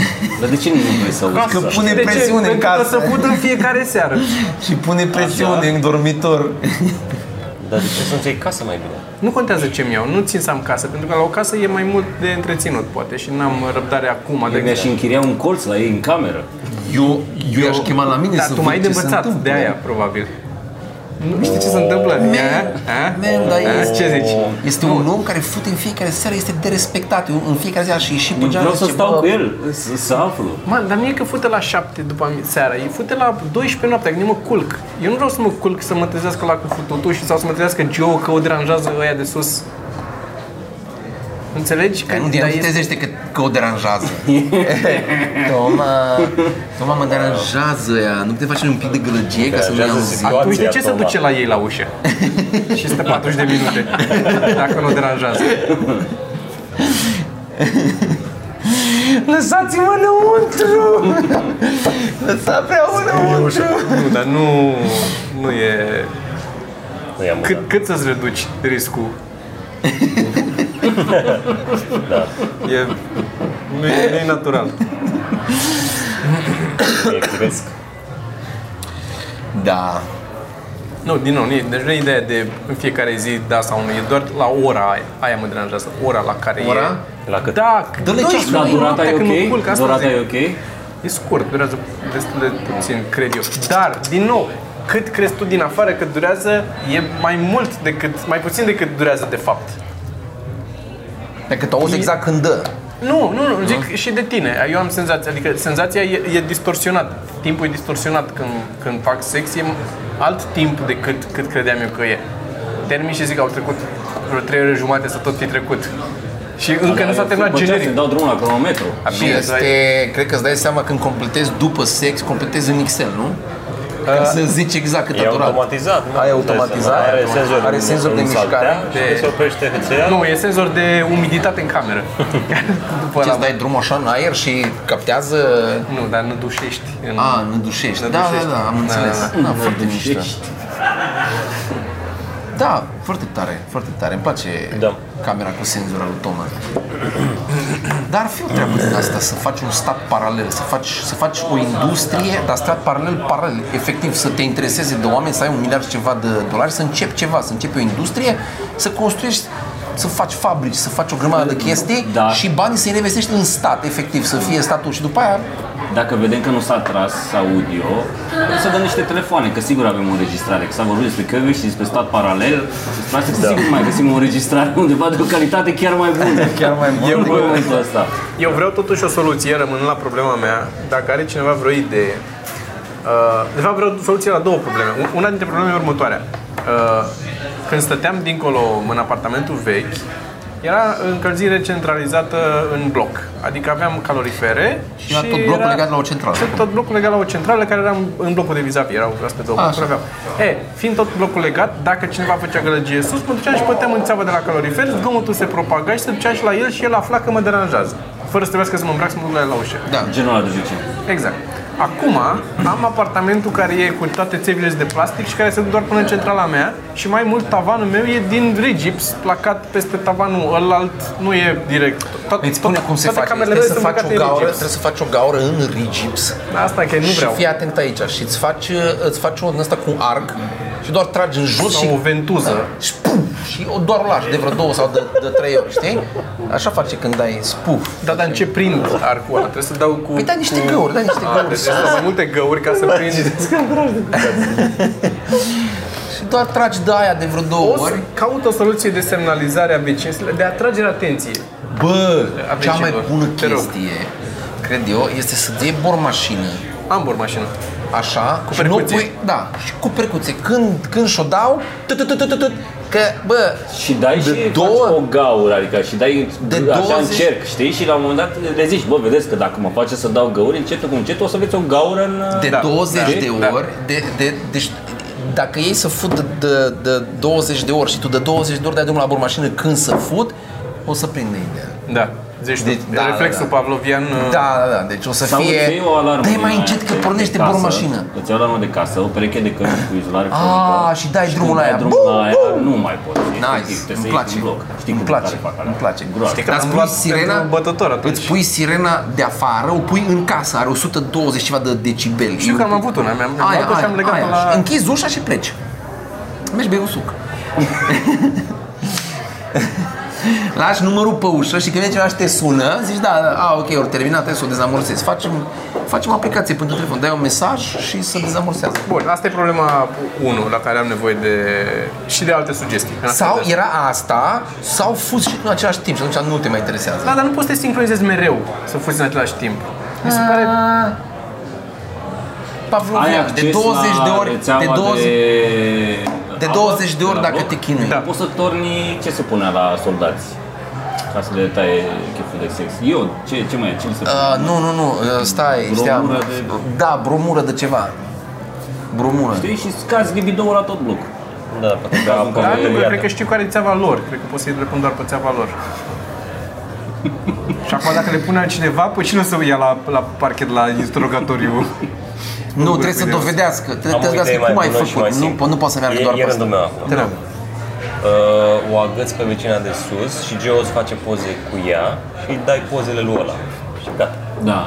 Dar de ce nu vrei să auzi?
Că
asta?
pune
De ce?
presiune în
Pentru că să
casă
fut în fiecare seară.
și pune presiune
Așa.
în dormitor.
Dar de ce să-mi iei casă mai bine?
Nu contează ce mi iau, nu țin să am casă, pentru că la o casă e mai mult de întreținut, poate, și n-am răbdare acum.
Eu mi-aș închiria un colț la ei în cameră.
Eu, eu, i-aș chema la mine
Dar
să
tu
văd
mai ai de
ce se
învățat de
întâmplă.
aia, probabil. Nu știi ce se întâmplă? A? A?
Man, dar
A?
e-
Eh? Ce zici?
Este un om care fute în fiecare seară, este derespectat. Eu în fiecare zi aș ieși pe
Eu
geam
Deci vreau să
zice,
stau
bă,
cu el, să, să aflu.
Man, dar nu e că fute la 7 după ami- seara, e fute la 12 noaptea, când eu mă culc. Eu nu vreau să mă culc să mă trezească la cu fututul și sau să mă trezească Joe că o deranjează ăia de sus. Înțelegi?
Că nu,
dar
nu te
este-
trezește că, că o deranjează. Toma, Toma mă deranjează ea. Nu te faci un pic de gălăgie ca să nu
Deranjează
auzi.
situația.
Atunci de ce se
Toma.
duce la ei la ușă? și stă 40 de minute, dacă nu o deranjează.
Lăsați-mă înăuntru! Lăsați vreau înăuntru!
Da, Nu, dar nu, nu e...
Nu i-am
Cât, cât să-ți reduci riscul?
Da.
E, nu, e, nu e natural.
cresc.
Da.
Nu, din nou, nu e, deci nu e ideea de în fiecare zi da sau nu, e doar la ora aia, aia mă deranjează, ora la care
Ora?
e.
La cât?
Da,
Dă-le ceasul.
Dar
la
durata e
Când mă culc,
ok?
asta
Durata
zic.
e ok?
E scurt, durează destul de puțin, cred eu. Dar, din nou, cât crezi tu din afară că durează, e mai mult decât, mai puțin decât durează de fapt.
Dacă te auzi exact când dă.
Nu, nu, nu, zic și de tine. Eu am senzația, adică senzația e, e distorsionat. Timpul e distorsionat când, când fac sex, e alt timp decât cât credeam eu că e. Termin și zic că au trecut vreo 3 ore jumate să tot fi trecut. Și încă nu s-a
Eu
terminat
fug pe ceas,
generic.
îmi dau drumul la cronometru.
A,
Și
bine, dai.
este, cred că îți dai seama când completezi după sex, completezi în Excel, nu? Ca să zici exact cât
E
a durat.
automatizat, nu?
Ai automatizat,
Are
automat-
senzor,
are
în-
senzor de
în saltea
mișcare.
Și
De-
se oprește hățea.
Nu, e senzor de umiditate în cameră.
Ce
După ăla,
Deci îți dai drumul așa în aer și captează...
Nu, dar nu dușești. În...
A, nu dușești. Da,
Nu
da,
dușești.
da, am înțeles. Da, foarte mișto.
Ești-
Da, foarte tare, foarte tare. Îmi place
Da.
camera cu senzor al lui Toma. Dar ar fi o treabă din asta, să faci un stat paralel, să faci, să faci o industrie, dar stat paralel, paralel, efectiv, să te intereseze de oameni, să ai un miliard și ceva de dolari, să începi ceva, să începi o industrie, să construiești să faci fabrici, să faci o grămadă de chestii
Da.
și banii să-i reinvestești în stat, efectiv, să fie statul și după aia
Dacă vedem că nu s-a tras audio, o să dăm niște telefoane, că sigur avem o înregistrare, că s-a vorbit despre căvi și despre stat paralel, despre asta
Da.
că sigur mai găsim o înregistrare undeva de o calitate chiar mai bună.
Chiar mai bună.
Eu în momentul ăsta.
Eu vreau totuși o soluție, rămân la problema mea. Dacă are cineva vreo idee, uh, de fapt vreau soluție la două probleme. U- Una dintre probleme e următoarea. Uh, Când stăteam dincolo în apartamentul vechi, Era încălzire centralizată în bloc. Adică aveam calorifere și,
era tot blocul legat la o centrală.
Tot, tot blocul legat la o centrală care era în, în blocul de vis-a-vis. Erau astea două
Așa.
blocuri. Aveam. E, fiind tot blocul legat, dacă cineva făcea gălăgie sus, mă duceam și puteam în țeava de la calorifer, zgomotul se propaga și se ducea și la el și el afla că mă deranjează. Fără să trebuiască să mă îmbrac să mă duc la el la ușă.
Da.
Genul ăla de zicem.
Exact. Acum am apartamentul care e cu toate țevile de plastic și care se duc doar până în centrala mea și mai mult tavanul meu e din regips placat peste tavananul ălalt, nu e direct. Tot,
Îți spune
tot-
cum se
toate
face.
camerele
Trebuie să
mele
faci o
sunt
gaură,
băgate în
trebuie să faci o gaură în rigips.
rigips. Asta e că nu
și
vreau.
fii atent aici și îți faci, îți faci un ăsta cu un arc și doar tragi în jos
Sau
și Da.
o ventuză.
și pum, și o doar o lași de vreo două sau de, de trei ori, știi? Așa face când dai spuf.
Da, dar în ce prind arcul ăla? Trebuie să dau cu...
Păi dai niște găuri, dai niște
Ah,
găuri. Da,
deci sunt mai multe găuri ca să prind...
Și doar tragi de aia de vreo două
O să
ori.
caut o soluție de semnalizare a vecinilor, de atragere atenției.
Bă,
aveți
cea mai
ceva.
bună
Te rog.
chestie, cred eu, este să-ți iei bormașină,
Am bormașină.
așa, cu
percuție.
pui, da, și cu percuție. Când, când și-o dau, tut, tut, tut, tut, tut, că, bă,
Și dai
De
și
două-
faci o gaură, adică și dai
De
așa
20
în cerc, știi? Și la un moment dat le zici, bă, vedeți că dacă mă face să dau găuri, încetul cu încetul o să aveți o gaură în...
de
Da,
20
da,
de
da.
ori, de, de, deci dacă ei să fut de, de, de 20 de ori și tu de 20 de ori dai drumul la bormașină când să fut, o să prinde ideea.
Da. Deci,
Deci, da,
da, reflexul
da,
pavlovian... uh,
Da, da, da, deci o să
Sau
fie...
îți iei o alarmă
Dai
din
mai
aia
încet că
de-
pornește
de casă,
bormașină.
Îți iei o alarmă de casă, o pereche de cămini cu izolare
Ah,
fonică
și dai drumul
când
la
dai
aia.
drumul la
Bum,
aia, nu mai poți. efectiv,
Nice,
trebuie să
îmi
iei
place,
din bloc. Știi
îmi
cât de
place,
tare fac alea.
îmi place.
da? Groază.
Știi că
Dar
am
îți pui
luat
sirena,
pentru bătător atunci.
îți pui sirena de afară, o pui în casă, are 120 ceva de decibeli.
Știu că am avut una, mi-am mi-am
Aia,
luat-o și am
aia,
legat
aia.
la...
Și Închizi ușa și pleci. Mergi bei un suc. Lași numărul pe ușă și când vine cineva și te sună, zici da, da, a, ok, ori terminat, trebuie să o dezamorsezi. Facem, facem aplicație pentru telefon, dai un mesaj și se dezamorsează.
Bun, asta e problema 1 la care am nevoie de... și de alte sugestii. În asta
Sau
de-
era asta, sau fus și în același timp și atunci nu te mai interesează.
Da, dar nu poți să te sincronizezi mereu, să fuzi în același timp. Mi
Ah.
se pare...
Ai
Pavlovian, de
acces
20
la
de ori, de
rețeaua
20, de 20 de ori
la
dacă
bloc.
te chinui.
Da. Poți să torni ce se punea la soldați ca să le taie cheful de sex. Eu, ce, ce mai e? Ce li se pune?
Uh, nu, nu, nu, uh, stai, stai.
Bromură de-
Da, bromură de ceva. Bromură.
Știi? Și scazi libidoul la tot bloc.
Da, poate că
Da,
am
da,
Da,
E,
nu,
iată.
cred că știu care e țeava lor. Cred că poți să-i le pun doar pe țeava lor. și acum dacă le pune altcineva, pe cine o să o ia la, la parchet, la interogatoriu?
Nu, trebuie să
Bine.
dovedească, trebuie
Am
să
o idee
dovedească
mai
cum ai
bună și
făcut.
mai
Nu,
simplă.
po- nu poți să meargă
E-
doar
e
pe asta.
rândul meu acum.
Te rog.
Uh, o agăți pe vecina de sus și Geo îți face poze cu ea și îi dai pozele lui ăla. Și gata.
Da.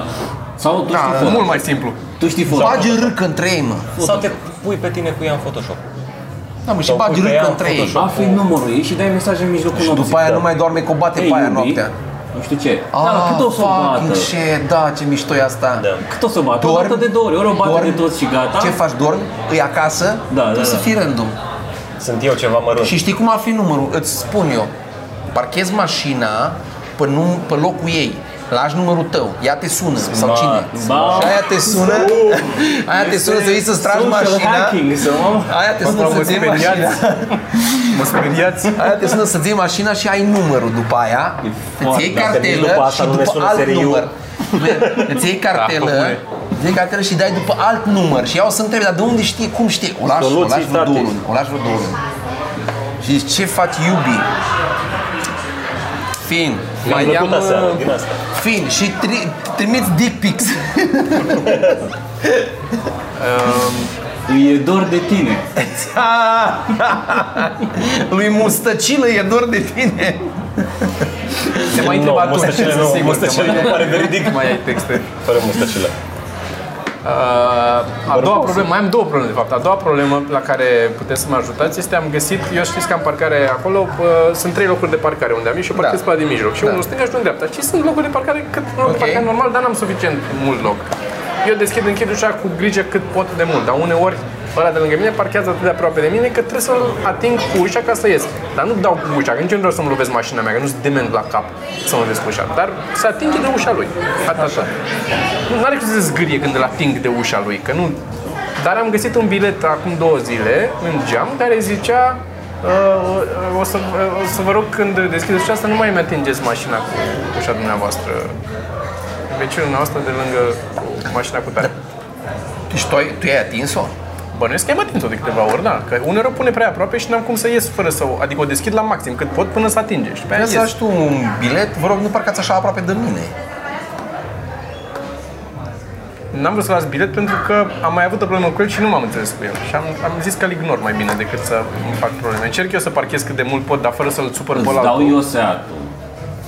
Sau tu știi
Da,
fotografii.
mult mai simplu.
Tu știi fotografii.
Bagi râcă între ei, mă.
Sau te pui pe tine cu ea în Photoshop.
Da, mă, și
Sau
bagi
pui pe ea
râcă
în
între ei.
Photoshop.
Afli numărul ei și dai mesaj în mijlocul
Și
nopții.
după aia
Da.
nu mai doarme cu o bate
Te
pe aia
iubi?
noaptea.
Nu știu ce. da,
Ah,
cât o să o
fucking
bată?
shit, da, ce mișto e asta.
Da.
Cât o să o bată? O dată de două ori, ori o bată
dormi.
de toți și gata.
Ce faci, dormi? Îi acasă?
Da,
Trebuie
da,
să
da.
fii random.
Sunt eu ceva mărunt.
Și știi cum ar fi numărul? Îți spun eu. Parchezi mașina pe, num- pe locul ei. Lași numărul tău, ea te sună, sau cine.
Ba.
Și aia te sună, aia te sună să vii să-ți tragi
Social
mașina.
hacking, să mă...
Aia te sună
Mă
să-ți iei mașina.
speriați. Mă speriați.
Aia te sună să-ți iei mașina și ai numărul după aia. Îți
foarte-
iei
dacă nici
cartelă
după asta
și
nu ne
după
sună Da,
alt
SRI-ul.
număr. Man, Îți iei cartelă,
bune.
îți iei cartelă și dai după alt număr. Și iau să întrebe, dar de unde știe, cum știe? O lași, o lași
Soluții,
vreo două
tati.
luni, o lași vreo două luni. Și zici, ce faci, iubi? Fin,
Mi-a
mai
plăcut
am...
aseară,
uh,
din asta.
Fin, și tri, trimiți dick pics.
Îi e dor de tine.
Lui Mustăcilă e dor de tine.
Te mai
Nu,
întreb atunci.
mustăcile nu,
sigur, te
mustăcile
mai-
nu pare veridic.
Mai ai texte. Uh,
Fără mustăcile.
A doua problemă, mai am două probleme de fapt. A doua problemă la care puteți să mă ajutați este am găsit, eu știți că am parcare acolo, uh, sunt trei locuri de parcare unde am ieșit și eu parchez
Da.
pe la din mijloc și
Da.
unul stânga și unul dreapta. Și sunt locuri de parcare cât un loc de
Ok.
parcare normal, dar n-am suficient mult loc. Eu deschid, închid ușa cu grijă cât pot de mult, dar uneori ăla de lângă mine parchează atât de aproape de mine că trebuie să-l ating cu ușa ca să ies. Dar nu dau cu ușa, că nici eu nu vreau să-mi lovesc mașina mea, că nu-ți dement la cap să mă lovesc cu ușa. Dar se atinge de ușa lui. Atât așa. Nu are cum să se zgârie când îl ating de ușa lui, că nu... Dar am găsit un bilet acum două zile în geam care zicea Uh, o, să, o să vă rog când deschideți asta, nu mai mi atingeți mașina cu ușa dumneavoastră. Vecinul dumneavoastră de lângă cu mașina cu tare.
Și tu ai, tu ai atins-o?
Bănuiesc că am atins-o de câteva ori, da. Că uneori o pune prea aproape și n-am cum să ies fără să o... Adică o deschid la maxim cât pot până să atinge. Și pe aia
Vreau să
ies.
lași tu un bilet, vă rog, nu parcați așa aproape de mine.
N-am vrut să las bilet pentru că am mai avut o problemă cu el și nu m-am înțeles cu el. Și am, am zis că îl ignor mai bine decât să îmi fac probleme. Încerc eu să parchez cât de mult pot, dar fără să-l supăr pe
Îți
ăla.
dau eu seatul,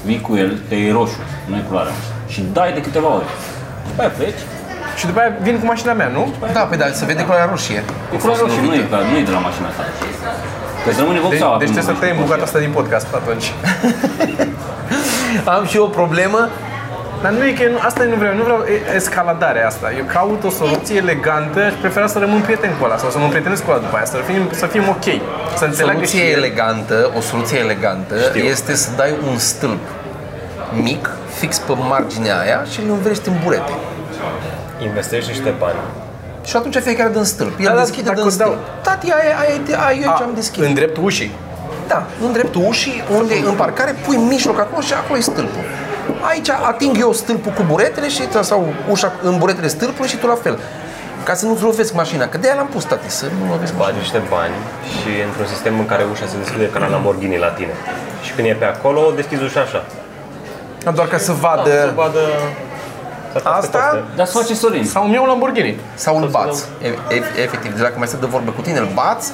vii cu el, te iei roșu, nu e culoarea. Și dai de câteva ori. După aia pleci,
Și după aia vin cu mașina mea, nu?
Da, pe da, se vede culoarea roșie.
e culoarea roșie, nu e, clar, nu e de la mașina ta. Că îți rămâne
De,
vopseaua.
deci
până
trebuie să
la
tăiem
mașină.
bucata asta din podcast atunci.
Am și eu o problemă.
Dar nu e că nu, asta nu vreau, nu vreau e- escaladarea asta. Eu caut o soluție elegantă, aș prefera să rămân prieten cu ăla sau să mă împrietenesc cu ăla după aia, să fim, să fim ok. Să înțeleagă și
Soluție
ele.
elegantă, o soluție elegantă este să dai un stâlp mic, fix pe marginea aia și îl învrești în burete.
Investești niște bani.
Și atunci fiecare dă în stâlp. El
Da, da,
deschide,
dacă
dă în
îți dau-
stâlp. Tati, aia, aia, aia, eu ce am deschis.
În dreptul ușii.
Da, în dreptul ușii, unde în parcare, pui în mijloc acolo și acolo e stâlpul. Aici ating eu stâlpul cu buretele și sau ușa în buretele stâlpului și tu la fel. Ca să nu-ți lovesc mașina, că de-aia l-am pus, tati, să nu lovesc mașina.
Bagi niște bani și într-un sistem în care ușa se deschide ca la Lamborghini la tine. Și când e pe acolo, deschizi ușa așa.
Doar ca să
Să
vadă
vadă... să facă
Asta?
costă.
Dar să face Sorin.
Sau îmi iau un Lamborghini.
sau îl bați. E- e- Efectiv, de dacă mai stă de vorbă cu tine, îl bați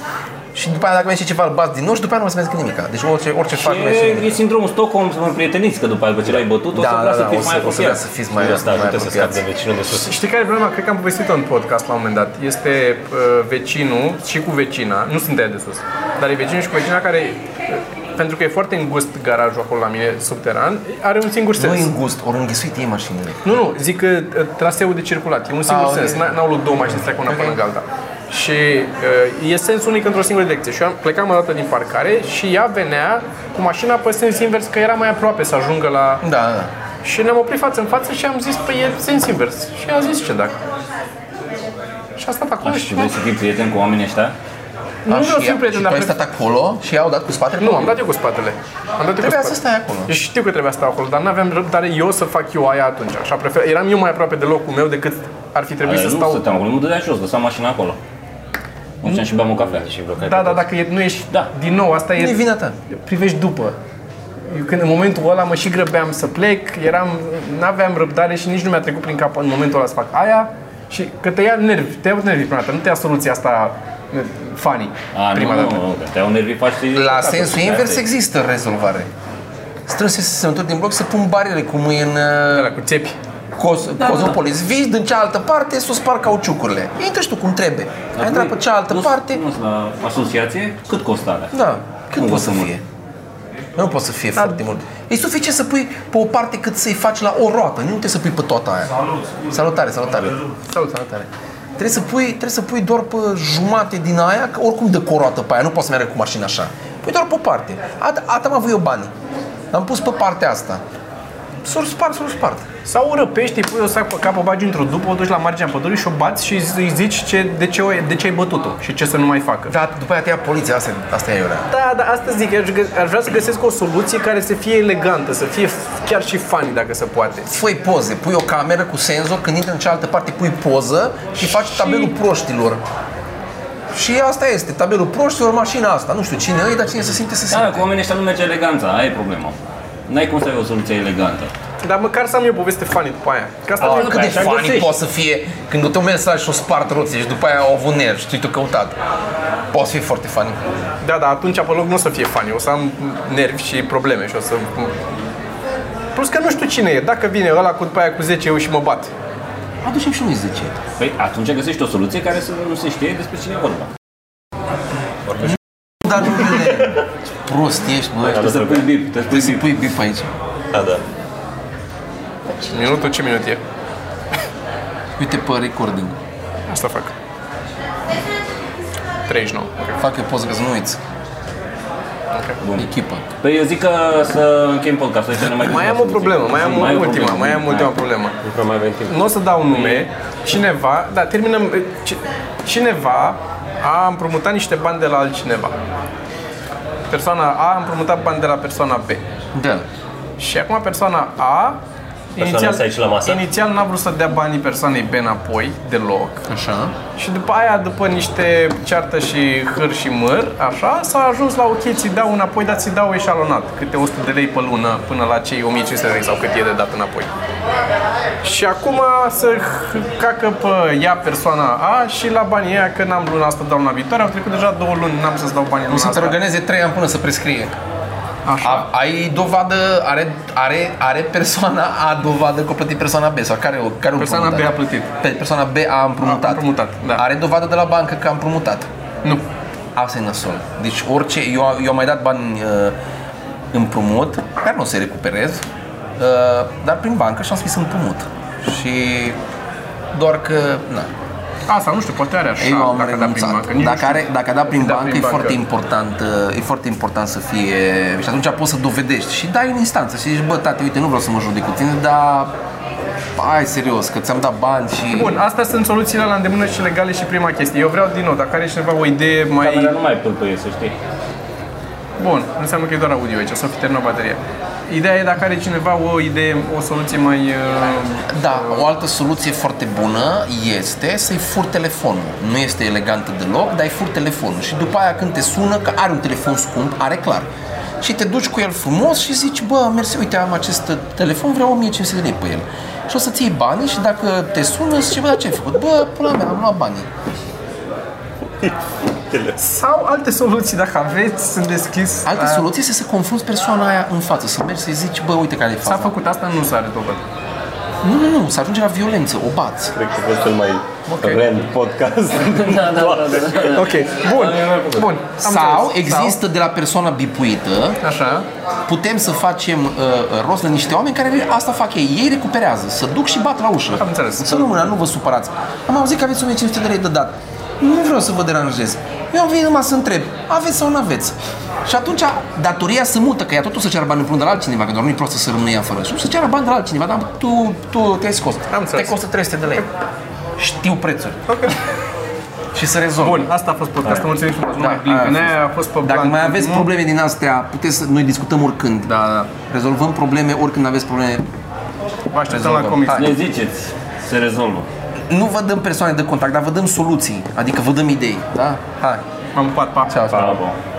și după aia dacă mai ceva, îl bați din nou și după aia nu mai se mai zic nimic. Deci orice, orice fac, nu mai zic
E, e
nimic.
sindromul Stockholm să mă prieteniți, că după aia după ce l-ai bătut, o să
Da,
vrea
da,
să
da, o
fiți
să-
mai
o să vrea
apropiați.
să fiți
Și
mai,
de asta
mai
ajută da, să scapi
apropiați.
de vecinul de sus.
Știi care e problema? Cred că am povestit-o în podcast la un moment dat. Este uh, vecinul și cu vecina, nu sunt de aia de sus, dar e vecinul și cu vecina care, uh, pentru că e foarte îngust garajul acolo la mine, subteran, are un singur
Nu
sens.
e îngust, ori înghesuit ei mașinile.
Nu, nu, zic că uh, traseul de circulat, e un singur
Ah, ok.
sens, n- n-au luat două mașini să treacă una până lângă alta. Și uh, e sens unic într-o singură direcție. Și eu am, plecam o dată din parcare și ea venea cu mașina pe sens invers, că era mai aproape să ajungă la...
Da, da, da.
Și ne-am oprit față în față și am zis, păi e sens invers. Și a zis, ce dacă? Și a stat acolo
Așa,
și
și vrei să fii prieten cu oamenii ăștia?
nu
Ah,
vreau
și,
să fiu prieten,
și tu
dar
ai stat acolo și i-au dat cu spatele?
nu, am dat eu cu spatele. Am dat eu
Trebuia
cu
să
spatele.
stai acolo.
Eu știu că trebuia să stau acolo, dar n-aveam răbdare eu să fac eu aia atunci. Așa prefer... Eram eu mai aproape de locul meu decât ar fi trebuit
Aia,
să
Nu
stau.
stăteam acolo, mă dădea jos, lăsam mașina acolo. Mergeam și beam o cafea.
Și blocai
Da,
pe
da,
toți.
dacă e, nu ești,
Da.
din nou, asta e,
Nu e vina ta.
privești după. Eu când în momentul ăla mă și grăbeam să plec, eram, n-aveam răbdare și nici nu mi-a trecut prin cap în momentul ăla să fac aia și că te ia nervi, te ia nervi prima dată, nu te ia soluția asta e, funny
A, nu,
prima
nu,
dată.
nu, că te-au nervit, faci și-
La
Gata,
sensul
gata,
invers
gata.
există rezolvare. Strânse să se întorc din bloc, să pun barele cum e în
Da,
Ăla
uh,
cu țepi.
cos, Cozopolis. Vii din cealaltă parte, sus par cauciucurile. Intră și tu cum trebuie. Ai intrat pe cealaltă
Nu-
parte.
Nu sunt la asociație? Cât costă alea?
Da, cât
Nu
poate să
mult.
fie? Nu poate să fie foarte mult. E suficient să pui pe o parte cât să-i faci la o roată, nu trebuie să pui pe toată aia. Salutare, salutare. Salut, salutare. Trebuie să, pui, trebuie să pui doar pe jumate din aia, că oricum de cu o roată pe aia, nu poți să meargă cu mașina așa. Pui doar pe o parte. At- Atât am avut eu bani. L-am pus pe partea asta. S-o spart, s-o spart.
Sau o răpești, îi pui o sac pe cap, o bagi într-o după, o duci la marginea pădurii și o bați și îi zici ce, de, ce, o- de ce ai bătut-o și ce să nu mai facă.
Da, după aia te ia poliția, asta, asta e eu.
Da, dar asta zic, aș, gă- aș vrea să găsesc o soluție care să fie elegantă, să fie f- chiar și funny dacă se poate.
Făi poze, pui o cameră cu senzor, când intri în cealaltă parte pui poză și faci tabelul proștilor. Și asta este, tabelul proștilor, mașina asta. Nu știu cine e, dar cine se simte, se
Da,
simte.
cu oamenii ăștia nu merge eleganța, aia e problema. N-ai cum să ai o soluție elegantă.
Dar măcar să am eu poveste funny după aia. Că asta
A,
mi-e-
cât de
așa
funny
da, găsești.
poate să fie când te un mesaj și o spart roțile și după aia au avut nervi și tu te căutat. Poate să fie foarte funny.
Da, da, atunci pe loc nu o să fie funny, o să am nervi și probleme și o să... Plus că nu știu cine e, dacă vine ăla cu după aia cu 10 eu și mă bat.
Aducem și noi 10.
Păi atunci găsești o soluție care să nu se știe despre cine e vorba.
Dar nu vede. Prost ești, bă.
Trebuie să pui bip, trebuie să
Să
pui bip.
pui bip aici.
Da, da.
Minutul ce minut e?
Uite pe recording.
Asta fac. 39.
Fac eu poză ca să nu uiți.
Bun.
Echipă.
Păi eu zic că să încheiem podcastul ăsta, ne mai gândim
Mai
la
am o
soluție.
problemă, mai am
e o
ultima,
problemă.
mai am ultima problemă.
Nu prea mai avem timp.
Nu o să dau nume, cineva, da, terminăm, ci- cineva a împrumutat niște bani de la altcineva. persoana A a împrumutat bani de la persoana B.
Da.
Și acum persoana A
asta aici la masă.
inițial n-a vrut să dea banii persoanei B înapoi deloc.
Așa.
Și după aia, după niște ceartă și hâr și măr, așa, s-a ajuns la ok, ți dau înapoi, dar ți dau eșalonat, câte 100 de lei pe lună până la cei 1500 de lei sau cât e de dat înapoi. Și acum să h- cacă pe ea persoana A și la banii aia, că n-am luna asta, dau luna viitoare, au trecut deja două luni, n-am să-ți dau banii luna
O să te
asta.
organeze trei ani până să prescrie.
Așa.
A, ai dovadă, are, are, are persoana A dovadă că a plătit persoana B sau care, o- care o
Persoana
împrumutat?
B a plătit.
Pe persoana B a împrumutat.
A împrumutat, da.
Are dovadă de la bancă că a împrumutat.
Nu.
Asta e nasol. Deci orice, eu, eu am mai dat bani uh, împrumut, care nu o să-i recuperez, uh, dar prin bancă și am scris împrumut. Și doar că, na,
Asta, nu știu, poate are așa,
eu am
dacă a dat prin bancă,
renunțat.
nici nu
Dacă,
știu.
are, dacă a dat prin
Dacă a dat
bancă, e
prin
foarte
bancă.
important, uh, e foarte important să fie... Și atunci poți să dovedești și dai în instanță și zici, bă, tate, uite, nu vreau să mă judec cu tine, dar hai serios, că ți-am dat bani și...
Bun, astea sunt soluțiile la îndemână și legale și prima chestie. Eu vreau din nou, dacă are cineva o idee mai...
Camera nu mai pâlpâie, să știi.
Bun, înseamnă că e doar audio aici, s-a fi terminat bateria. Ideea e dacă are cineva o idee, o soluție mai... Uh,
Da, o altă soluție foarte bună este să-i fur telefonul. Nu este elegantă deloc, dar îi fur telefonul. Și după aia când te sună, că are un telefon scump, are clar. Și te duci cu el frumos și zici, bă, mersi, uite, am acest telefon, vreau 1500 de lei pe el. Și o să-ți iei banii și dacă te sună, zici, bă, dar ce ai făcut? Bă, pula mea, am luat banii.
sau alte soluții, dacă aveți, sunt deschis.
Alte
Uh,
soluție este să confrunți persoana aia în față, să mergi să-i zici, bă, uite care e
S-a
faza.
făcut asta, nu s-a rezolvat.
Nu, nu, nu, să ajunge la violență, o bați.
Cred că a fost cel mai okay. rand podcast.
Da, da, da, da.
Ok, bun, bun. Am
da, Sau
înțeles.
există de la persoana bipuită
Sau, așa,
putem să facem uh, rost de niște oameni care asta fac ei. Ei recuperează, să duc și bat la ușă.
Am înțeles.
Să rămână, nu vă supărați. Am auzit că aveți 1500 de lei de dat. Nu vreau să vă deranjez. Eu am venit numai să întreb, aveți sau nu aveți? Și atunci datoria se mută, că ea tot o să ceară bani împrumut de la altcineva, că doar nu-i prost să rămână ea fără. Și o să ceară bani de la altcineva, dar tu, tu te-ai scos.
înțeles.
Te costă 300 de lei. Știu prețuri. Și să rezolv.
bun, asta a fost podcastul, mulțumim frumos, nu mai
aia Da. a
blink,
fost.
aia a fost pe
Dacă
blank.
mai aveți probleme din astea, puteți să... Noi discutăm oricând. Mm. Da, da. Rezolvăm probleme oricând aveți probleme.
Vă așteptăm la
Rezolvăm.
comisie.
Ne ziceți, se rezolvă.
Nu vă dăm persoane de contact, dar vă dăm soluții. Adică vă dăm idei. Da? Hai.
M-am pupat, pa.
Ceau.
Pa, bun.